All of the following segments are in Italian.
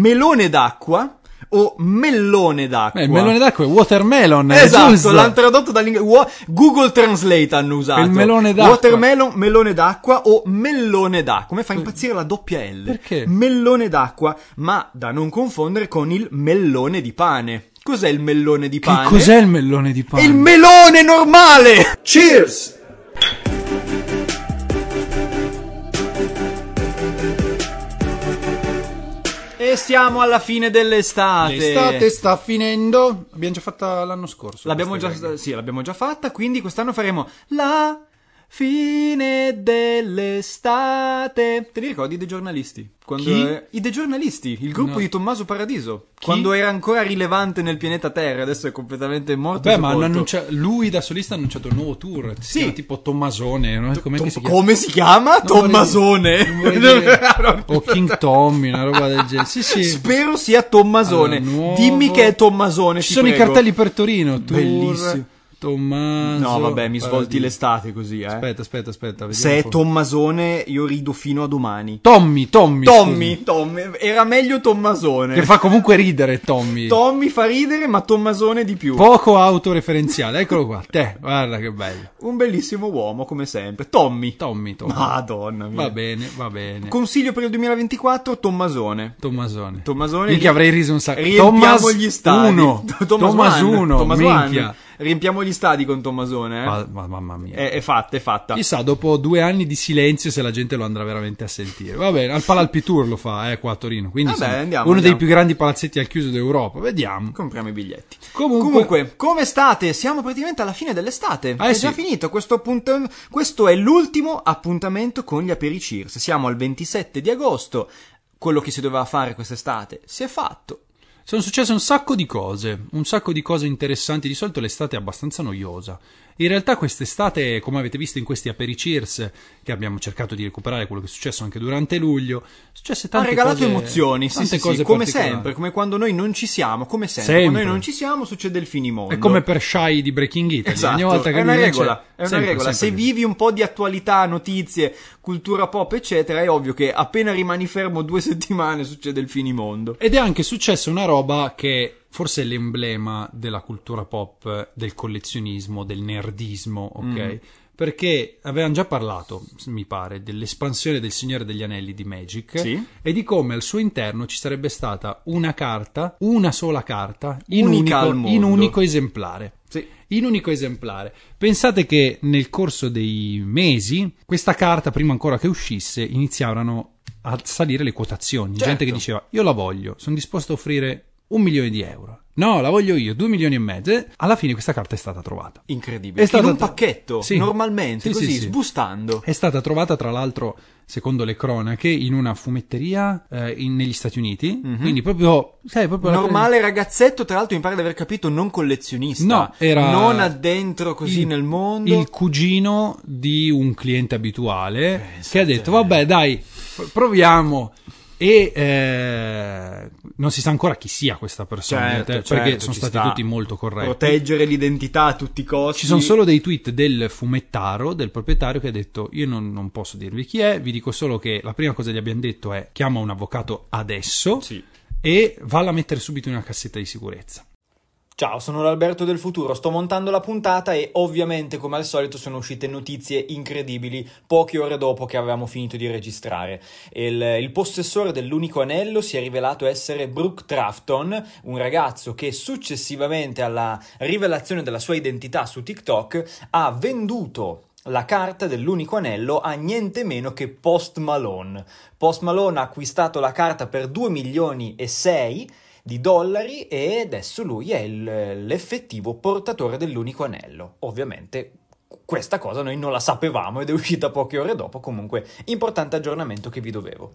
melone d'acqua o mellone d'acqua. Eh, il melone d'acqua è watermelon. è Esatto, giusto. l'hanno tradotto dall'inglese. Google Translate hanno usato. Il melone d'acqua. Watermelon, melone d'acqua o mellone d'acqua. Mi fa impazzire la doppia L. Perché? Mellone d'acqua, ma da non confondere con il mellone di pane. Cos'è il mellone di Che pane? cos'è il melone di È pane? il melone normale! Cheers! E siamo alla fine dell'estate. L'estate sta finendo. Abbiamo già fatta l'anno scorso. L'abbiamo questa gag. già, sì, l'abbiamo già fatta, quindi quest'anno faremo la fine dell'estate. Te li ricordi dei giornalisti? Quando Chi? eh, I dei giornalisti, il gruppo No. di Tommaso Paradiso, quando era ancora rilevante nel pianeta Terra, adesso è completamente morto. e Beh, ma hanno sepolto. annuncia- lui da solista ha annunciato un nuovo tour. Si Sì. chiama tipo Tommasone. No? Come Tom- si chiama? come si chiama? vorrei- Tommasone. non vorrei dire- No, o King Tommy, una roba del genere. Sì, sì. Spero sia Tommasone. Allora, nuovo- Dimmi che è Tommasone. Ci ti sono i prego. cartelli per Torino. Tour, Bellissimo. Tommaso. No, vabbè, mi svolti Paradiso. l'estate così, eh. Aspetta, aspetta, aspetta. vediamo Se un è po'. Tommasone, io rido fino a domani. Tommy, Tommy. scusa. Tommy, Tommy, era meglio Tommasone. Che fa comunque ridere Tommy. Tommy fa ridere, ma Tommasone di più. Poco autoreferenziale. Eccolo qua. Te, guarda che bello. Un bellissimo uomo, come sempre. Tommy. Tommy, Tommy. Madonna mia. Va bene, va bene. Consiglio per il 2024, Tommasone. Tommasone. Tommasone. Minchia, avrei riso un sacco. Riempiamo Tommas gli stadi. 1. Tommas One. 1. Thomas One. minchia. Riempiamo gli stadi con Tommasone, eh. ah. Ma- ma- mamma mia. È, è fatta, è fatta. Chissà, dopo due anni di silenzio, se la gente lo andrà veramente a sentire. Va bene, al Palalpitour lo fa, eh, qua a Torino. Quindi Vabbè, insomma, andiamo, uno andiamo. dei più grandi palazzetti al chiuso d'Europa. Vediamo. Compriamo i biglietti. Comunque, Comunque, come state? Siamo praticamente alla fine dell'estate. Eh è sì. già finito questo appuntamento. Questo è l'ultimo appuntamento con gli Apericirs. Siamo al 27 di agosto. Quello che si doveva fare quest'estate si è fatto. sono successe un sacco di cose. Un sacco di cose interessanti. Di solito l'estate è abbastanza noiosa. In realtà, quest'estate, come avete visto in questi apericirs, che abbiamo cercato di recuperare quello che è successo anche durante luglio, successe Ha tante regalato cose- emozioni, sì, tante sì, sì, cose come particolari. sempre, come quando noi non ci siamo, come sempre, quando Sempre. noi non ci siamo succede il finimondo. È come per Shy di Breaking Italy. Ogni Esatto, volta che è una lui non regola, c'è- è una sempre, regola. sempre Se così. vivi un po' di attualità, notizie, cultura pop, eccetera, è ovvio che appena rimani fermo due settimane succede il finimondo. Ed è anche successa una roba che forse è l'emblema della cultura pop, del collezionismo, del nerdismo, ok? Mm. Perché avevamo già parlato, mi pare, dell'espansione del Signore degli Anelli di Magic Sì. e di come al suo interno ci sarebbe stata una carta, una sola carta, in, Unica al unico, in mondo. unico esemplare. Sì. In unico esemplare. Pensate che nel corso dei mesi questa carta, prima ancora che uscisse, iniziarono a salire le quotazioni. Certo. Gente che diceva: Io la voglio, sono disposto a offrire un milione di euro. No, la voglio io, due milioni e mezzo. E Alla fine questa carta è stata trovata. Incredibile. È In stata- un pacchetto, Sì. normalmente, Sì, così, sì, sì. sbustando. È stata trovata, tra l'altro, secondo le cronache, in una fumetteria eh, in- negli Stati Uniti. Quindi proprio, sai, proprio la- Mhm. Normale ragazzetto, tra l'altro mi pare di aver capito, non collezionista. No, era Non addentro così il- nel mondo. Il cugino di un cliente abituale Pensa che ha te. detto: Vabbè, dai, f- proviamo. E eh, non si sa ancora chi sia questa persona, Certo, eh, certo, perché ci sono stati sta. tutti molto corretti. Proteggere l'identità a tutti i costi. Ci sono solo dei tweet del fumettaro, del proprietario, che ha detto: Io non, non posso dirvi chi è, vi dico solo che la prima cosa che gli abbiamo detto è: chiama un avvocato adesso Sì. e valla a mettere subito in una cassetta di sicurezza. Ciao, sono l'Alberto del futuro, sto montando la puntata e ovviamente come al solito sono uscite notizie incredibili poche ore dopo che avevamo finito di registrare. Il, il possessore dell'unico anello si è rivelato essere Brooke Trafton, un ragazzo che successivamente alla rivelazione della sua identità su TikTok ha venduto la carta dell'unico anello a niente meno che Post Malone. Post Malone ha acquistato la carta per 2 milioni e 6 di dollari e adesso lui è il- l'effettivo portatore dell'unico anello. Ovviamente questa cosa noi non la sapevamo ed è uscita poche ore dopo, comunque importante aggiornamento che vi dovevo.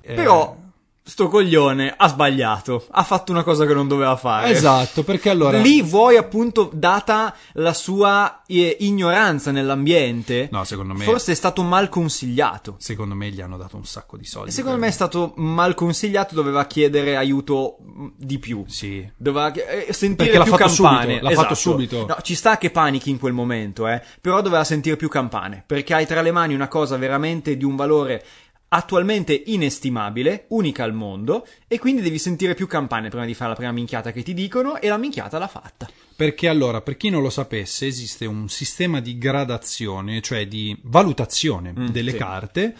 Eh, sto coglione ha sbagliato, ha fatto una cosa che non doveva fare. esatto, perché allora Lì vuoi appunto, data la sua eh, ignoranza nell'ambiente, No, secondo me- forse è stato mal consigliato. Secondo me gli hanno dato un sacco di soldi. Secondo per- me è stato mal consigliato, doveva chiedere aiuto mh, di più. Sì. Doveva che- eh, sentire Perché l'ha più fatto campane. subito, l'ha Esatto. fatto subito. No, ci sta che panichi in quel momento, eh, però doveva sentire più campane, perché hai tra le mani una cosa veramente di un valore attualmente inestimabile, unica al mondo, e quindi devi sentire più campane prima di fare la prima minchiata che ti dicono, e la minchiata l'ha fatta. Perché allora, per chi non lo sapesse, esiste un sistema di gradazione, cioè di valutazione Mm, delle sì. carte.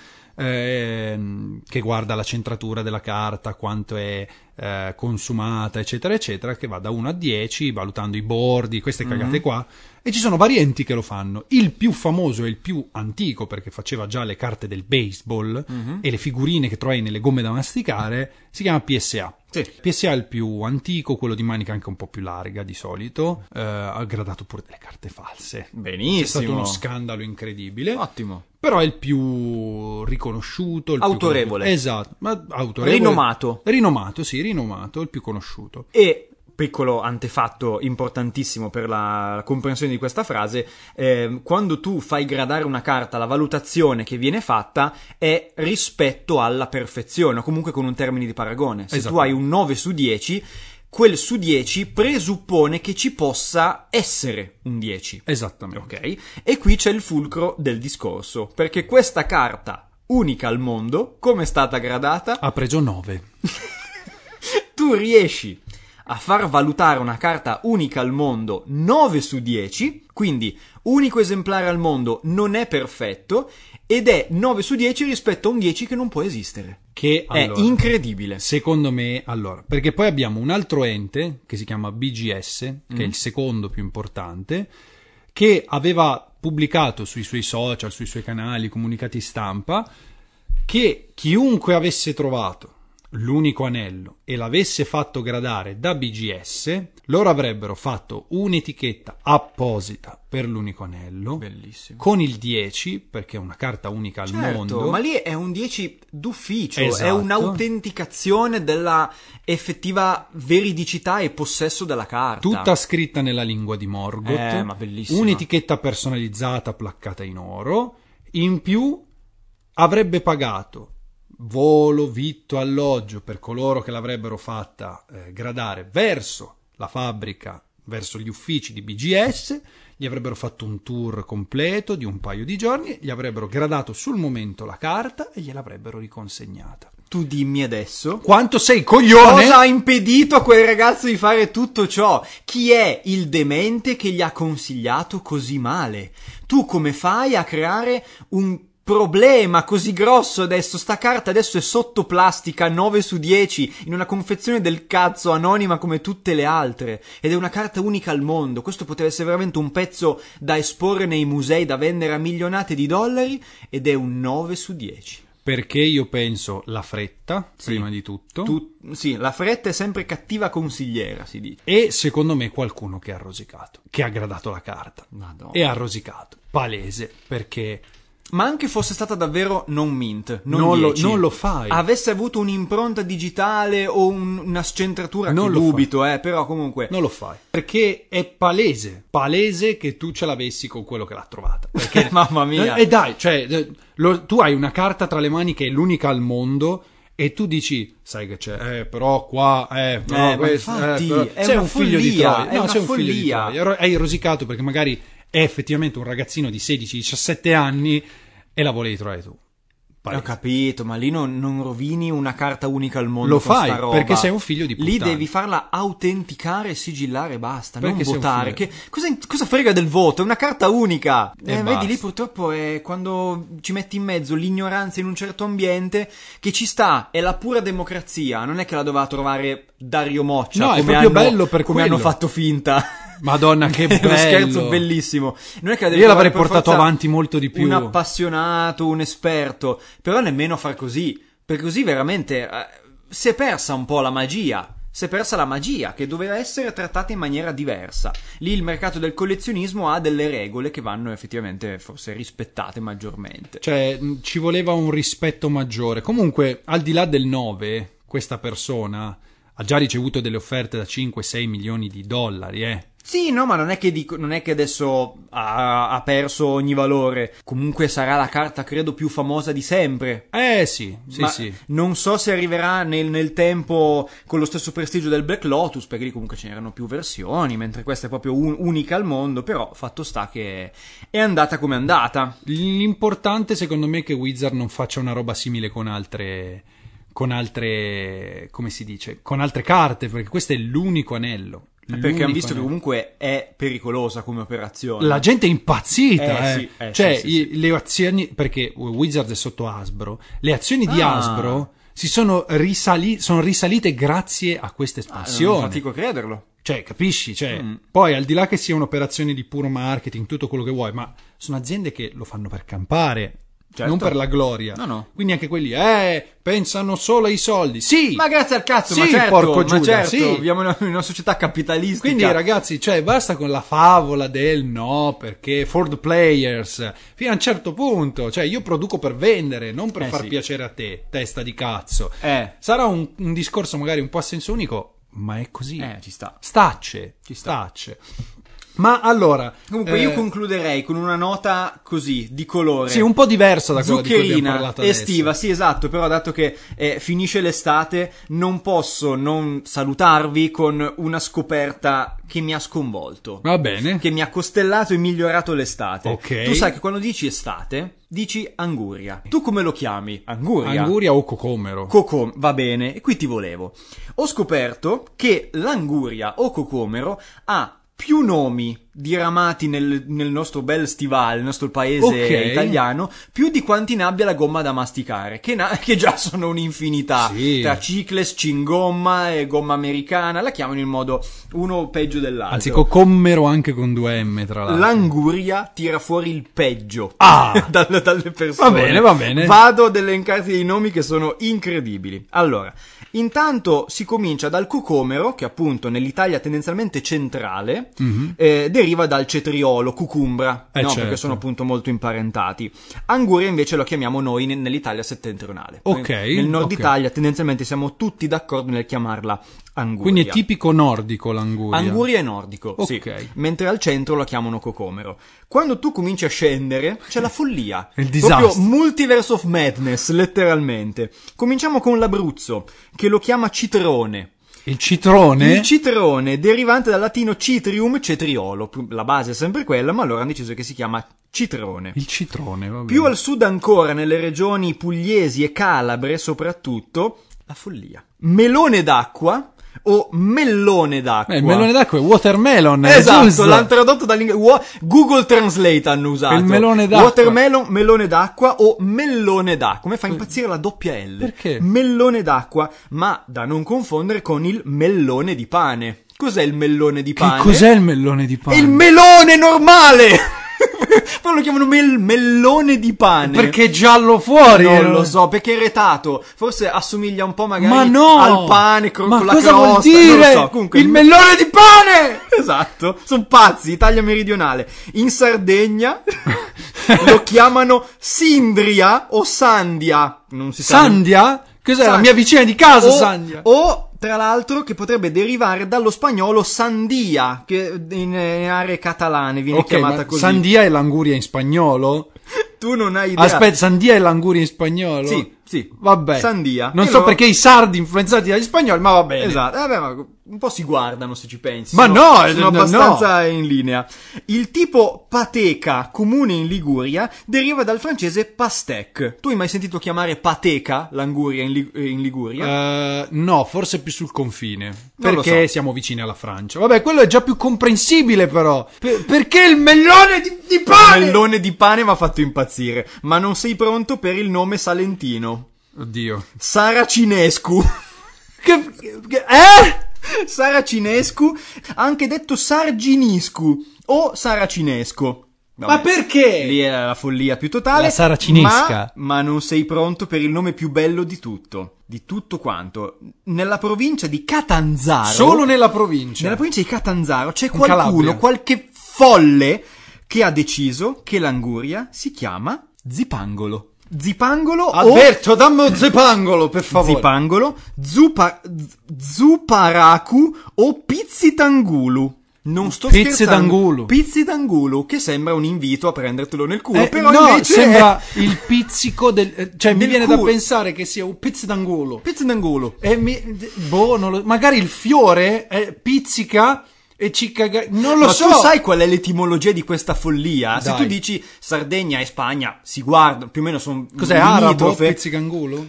ehm, che guarda la centratura della carta, quanto è eh, consumata, eccetera, eccetera, che va da 1 a 10, valutando i bordi, queste cagate Mm. qua. E ci sono vari enti che lo fanno. Il più famoso e il più antico, perché faceva già le carte del baseball Mm-hmm. e le figurine che trovi nelle gomme da masticare, si chiama PSA. Sì. PSA è il più antico, quello di manica anche un po' più larga di solito. eh, ha gradato pure delle carte false. È stato Benissimo. uno scandalo incredibile. Ottimo. Però è il più riconosciuto. Il più Autorevole. conosciuto. esatto. Ma autorevole. Rinomato. Rinomato, sì, rinomato, il più conosciuto. E piccolo antefatto importantissimo per la comprensione di questa frase, ehm, quando tu fai gradare una carta, la valutazione che viene fatta è rispetto alla perfezione, o comunque con un termine di paragone. Se Esatto. tu hai un 9 su 10, quel su 10 presuppone che ci possa essere un 10. Esattamente. Ok? E qui c'è il fulcro del discorso, perché questa carta, unica al mondo, come è stata gradata? Ha preso 9. tu riesci a far valutare una carta unica al mondo 9 su 10, quindi unico esemplare al mondo non è perfetto ed è 9 su 10 rispetto a un 10 che non può esistere. Che allora, è incredibile. Secondo me, allora, perché poi abbiamo un altro ente che si chiama BGS, che Mm. è il secondo più importante, che aveva pubblicato sui suoi social, sui suoi canali, comunicati stampa, che chiunque avesse trovato l'unico anello e l'avesse fatto gradare da BGS, loro avrebbero fatto un'etichetta apposita per l'unico anello. Bellissimo. Con il 10, perché è una carta unica al Certo, mondo. ma lì è un 10 d'ufficio, è Esatto. un'autenticazione della effettiva veridicità e possesso della carta. Tutta scritta nella lingua di Morgoth. Eh, ma bellissima. Un'etichetta personalizzata placcata in oro. In più avrebbe pagato volo, vitto, alloggio per coloro che l'avrebbero fatta eh, gradare verso la fabbrica, verso gli uffici di BGS. Gli avrebbero fatto un tour completo di un paio di giorni, gli avrebbero gradato sul momento la carta e gliel'avrebbero riconsegnata. Tu dimmi adesso Quanto sei coglione? Cosa ha impedito a quel ragazzo di fare tutto ciò? Chi è il demente che gli ha consigliato così male? Tu come fai a creare un problema così grosso adesso? Sta carta adesso è sotto plastica 9 su 10 in una confezione del cazzo anonima come tutte le altre ed è una carta unica al mondo. Questo poteva essere veramente un pezzo da esporre nei musei da vendere a milionate di dollari ed è un 9 su 10. Perché io penso la fretta, Sì. prima di tutto, Tu- sì, la fretta è sempre cattiva consigliera, si dice. e secondo me qualcuno che ha rosicato, che ha gradato la carta Madonna. e ha rosicato, palese, perché Ma anche fosse stata davvero non mint, non, Non lo- 10, non lo fai. Avesse avuto un'impronta digitale o un- una scentratura Non che lo dubito, eh, però comunque. non lo fai. Perché è palese, palese che tu ce l'avessi con quello che l'ha trovata. Perché, Mamma mia. E dai, cioè, eh, lo- tu hai una carta tra le mani che è l'unica al mondo e tu dici, sai che c'è, eh, però qua, eh, però ma questo, eh, infatti, però- è c'è una un figlio di follia, Troia. è No, una c'è un figlio di follia. Troia. Ro- Hai rosicato perché magari è effettivamente un ragazzino di 16-17 anni e la volevi trovare tu. Ho Palese. capito, ma lì non, non rovini una carta unica al mondo. Lo con fai, sta roba. perché sei un figlio di Lì puttana. devi farla autenticare e sigillare e basta. Perché sei non un votare. figlio. Che, cosa, cosa frega del voto? È una carta unica. E Eh, vedi, basta. lì purtroppo è quando ci metti in mezzo l'ignoranza in un certo ambiente che ci sta. È la pura democrazia. Non è che la doveva trovare Dario Moccia. No, è come proprio hanno- bello per come quello. hanno fatto finta. Madonna, che È uno bello. scherzo bellissimo. Non è che la devi Io trovare l'avrei per portato forza avanti molto di più. Un appassionato, un esperto, però nemmeno far così, perché così veramente eh, si è persa un po' la magia. Si è persa la magia che doveva essere trattata in maniera diversa. Lì il mercato del collezionismo ha delle regole che vanno effettivamente forse rispettate maggiormente. Cioè, mh, ci voleva un rispetto maggiore. Comunque, al di là del 9, questa persona ha già ricevuto delle offerte da 5-6 milioni di dollari, eh. Sì, no, ma non è che, dico- non è che adesso ha, ha perso ogni valore. Comunque sarà la carta, credo, più famosa di sempre. Eh sì, sì, Ma sì. Non so se arriverà nel, nel tempo con lo stesso prestigio del Black Lotus, perché lì comunque ce n'erano più versioni, mentre questa è proprio un- unica al mondo. Però fatto sta che è andata come è andata. L'importante secondo me è che Wizard non faccia una roba simile con altre con altre come si dice, con altre carte, perché questo è l'unico anello. Perché hanno L'unico visto che anello. comunque è pericolosa come operazione. La gente è impazzita, Eh, eh. sì, eh, cioè sì, sì, i- le azioni perché Wizard è sotto Hasbro, le azioni di Ah. Hasbro si sono, risali- sono risalite grazie a questa Ah, espansione. non fatico a crederlo. Cioè, capisci? Cioè, Mm. Poi, al di là che sia un'operazione di puro marketing, tutto quello che vuoi, ma sono aziende che lo fanno per campare, Certo. non per la gloria. No, no. Quindi anche quelli, eh, pensano solo ai soldi. Sì! Ma grazie al cazzo, ma Sì, certo, porco ma Giuda, certo, sì. viviamo in una, in una società capitalistica. Quindi, ragazzi, cioè, basta con la favola del no, perché for the players, fino a un certo punto, cioè, io produco per vendere, non per Eh, far sì. piacere a te, testa di cazzo. Eh, Sarà un, un discorso magari un po' a senso unico, ma è così. eh, ci sta. Stacce, Ci sta. stacce. Ma allora, Comunque io eh, concluderei con una nota così, di colore. Sì, un po' diversa da quella di cui abbiamo Zuccherina, parlato adesso. estiva, sì esatto, però dato che eh, finisce l'estate non posso non salutarvi con una scoperta che mi ha sconvolto, Va bene. che mi ha costellato e migliorato l'estate. Ok. Tu sai che quando dici estate, dici anguria. Tu come lo chiami? Anguria. Anguria o cocomero? Cocom, va bene, e qui ti volevo. Ho scoperto che l'anguria o cocomero ha più nomi diramati nel, nel nostro bel stivale, nel nostro paese Ok. italiano, più di quanti ne abbia la gomma da masticare, che, na- che già sono un'infinità. Sì. Tra cicles, cingomma e gomma americana, la chiamano in modo uno peggio dell'altro. Anzi, cocommero anche con due M, tra l'altro. L'anguria tira fuori il peggio Ah! Dal- dalle persone. Va bene, va bene. Vado ad elencarti dei nomi che sono incredibili. Allora, intanto si comincia dal cucomero, che appunto nell'Italia tendenzialmente centrale Mhm. eh, deriva dal cetriolo, cucumbra, Eh, no? certo. perché sono appunto molto imparentati. Anguria invece lo chiamiamo noi ne- nell'Italia settentrionale. Ok, Nel nord ok. Italia tendenzialmente siamo tutti d'accordo nel chiamarla anguria. Quindi è tipico nordico l'anguria. Anguria è nordico, sì. Ok. mentre al centro la chiamano cocomero. Quando tu cominci a scendere c'è la follia, Il proprio disastro. multiverse of madness, letteralmente. Cominciamo con l'Abruzzo, che lo chiama citrone. Il citrone? Il citrone, derivante dal latino citrium, cetriolo, la base è sempre quella, ma allora hanno deciso che si chiama citrone. Il citrone, va bene. Più al sud ancora, nelle regioni pugliesi e calabre soprattutto, la follia. Melone d'acqua o mellone d'acqua? Eh, il melone d'acqua è watermelon. è Esatto, giusto. l'hanno tradotto dall'inglese. Wo- Google Translate hanno usato. Il melone d'acqua. Watermelon, melone d'acqua o mellone d'acqua. Mi fa impazzire la doppia L. Eh. Perché? Mellone d'acqua, ma da non confondere con il mellone di pane. Cos'è il mellone di Che pane? cos'è il melone di È pane? il melone normale! Però lo chiamano mel- mellone di pane. Perché è giallo fuori? Non eh? lo so, perché è retato. Forse assomiglia un po' magari Ma no! al pane con Ma con la cosa crosta. vuol dire? Non lo so, comunque il melone di pane! Esatto, sono pazzi, Italia meridionale. In Sardegna lo chiamano Sindria o Sandia. Non si sa. Sandia? Cos'è? La Sandia. mia vicina di casa, o, Sandia. O, tra l'altro, che potrebbe derivare dallo spagnolo Sandia, che in, eh, aree catalane viene Ok, chiamata ma così. Sandia è l'anguria in spagnolo? Tu non hai idea. Aspetta, Sandia è l'anguria in spagnolo? Sì, sì. Vabbè. Sandia. Non E so loro- perché i sardi influenzati dagli spagnoli, ma va bene. Esatto, eh beh, ma un po' si guardano se ci pensi. Ma sono, no, sono no, abbastanza in linea. Il tipo pateca comune in Liguria deriva dal francese pastèque. Tu hai mai sentito chiamare pateca l'anguria in, Li- eh, in Liguria? Eh, no, forse più sul confine. Non lo Perché so. siamo vicini alla Francia. Vabbè, quello è già più comprensibile, però. Per- perché il melone di, di Il pane? Mellone di pane mi ha fatto impazzire, ma non sei pronto per il nome salentino. Oddio. Saracinescu. Che, che- eh? Saracinescu, anche detto Sarginiscu o Saracinesco. Ma Vabbè. perché? Lì è la follia più totale. La saracinesca. Ma, ma non sei pronto per il nome più bello di tutto. Di tutto quanto. Nella provincia di Catanzaro. Cioè. Solo nella provincia. Nella provincia di Catanzaro c'è In qualcuno, Calabria. qualche folle, che ha deciso che l'anguria si chiama zipangolo. Zipangolo o... Alberto, dammi un Oh! zepangolo, per favore. Zipangolo, zupa, z- zuparaku o pizzitangulu. Non sto Pizzi scherzando. d'Angulu. Pizzi d'Angulu, che sembra un invito a prendertelo nel culo, Eh, però no, invece sembra è il pizzico del... eh, Cioè, mi Del viene da culo. pensare che sia un pizzo d'angolo. Pizzi d'Angulu. E mi- d- boh, non lo- magari il fiore eh, pizzica e ci caga... Non lo Ma so! tu sai qual è l'etimologia di questa follia? Se Dai. tu dici Sardegna e Spagna si guardano, più o meno sono Cos'è, arabo, limitrofe. pizzicangolo?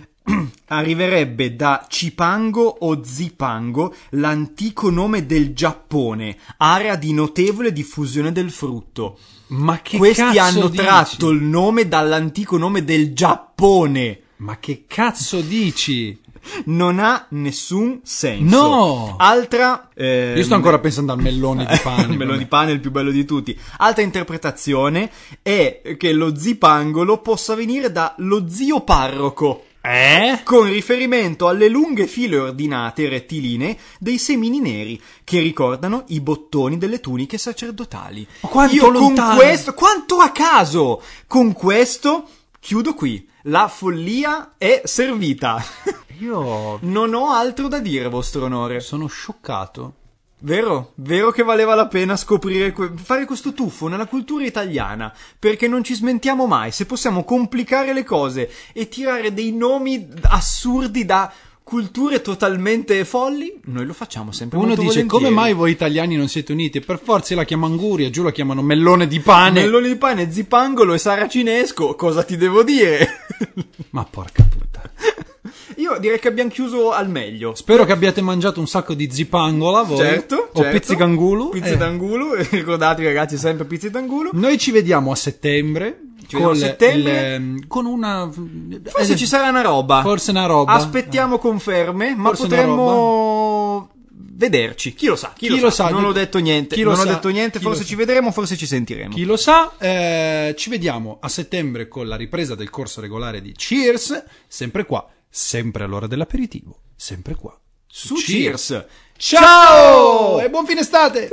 Arriverebbe da Cipango o Zipango, l'antico nome del Giappone, area di notevole diffusione del frutto. Ma che Questi cazzo hanno dici? tratto il nome dall'antico nome del Giappone. Ma che cazzo dici? Non ha nessun senso. No! Altra. ehm, Io sto ancora pensando al mellone di pane. Melone di pane è il più bello di tutti. Altra interpretazione è che lo zipangolo possa venire da lo zio parroco. Eh? Con riferimento alle lunghe file ordinate e rettilinee dei semini neri che ricordano i bottoni delle tuniche sacerdotali. Ma quanto Io lontano! con questo, quanto a caso! Con questo chiudo qui. La follia è servita. Io Non ho altro da dire, vostro onore. sono scioccato. Vero, vero che valeva la pena scoprire, que- fare questo tuffo nella cultura italiana, perché non ci smentiamo mai, se possiamo complicare le cose e tirare dei nomi assurdi da culture totalmente folli, noi lo facciamo sempre Uno molto dice, volentieri. come mai voi italiani non siete uniti? Per forza la chiama Anguria, giù la chiamano mellone di pane. Nell'olio di pane, zipangolo e saracinesco, cosa ti devo dire? Ma porca puttana. Io direi che abbiamo chiuso al meglio. Spero che abbiate mangiato un sacco di zipangola voi. Certo, O certo. pizzicangulu. Pizzi Eh. Mm. d'angulo, ricordatevi ragazzi sempre pizzi d'angulo. Noi ci vediamo a settembre. Ci vediamo a col- settembre. il- con una... Forse eh, ci sarà una roba. Forse una roba. Eh. Aspettiamo conferme, ma Forse una potremmo vederci. Chi lo sa? Chi, lo, sa? Non chi- ho detto niente. chi lo non ho sa? detto niente. Chi Forse lo sa? ci vedremo, forse ci sentiremo. Chi lo sa, eh, ci vediamo a settembre con la ripresa del corso regolare di Cheers, sempre qua, sempre all'ora dell'aperitivo, sempre qua. Su Cheers. Ciao! E buon fine estate!